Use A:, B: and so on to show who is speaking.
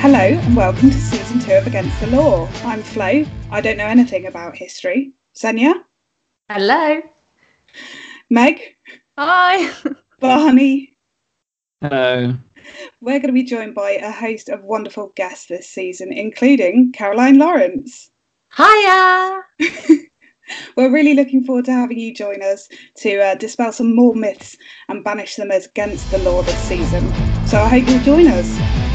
A: Hello and welcome to season two of Against the Law. I'm Flo. I don't know anything about history. Senya,
B: Hello.
A: Meg,
B: Hi.
A: Barney.
C: Hello.
A: We're going to be joined by a host of wonderful guests this season, including Caroline Lawrence.
B: Hiya.
A: We're really looking forward to having you join us to uh, dispel some more myths and banish them as against the law this season. So I hope you'll join us.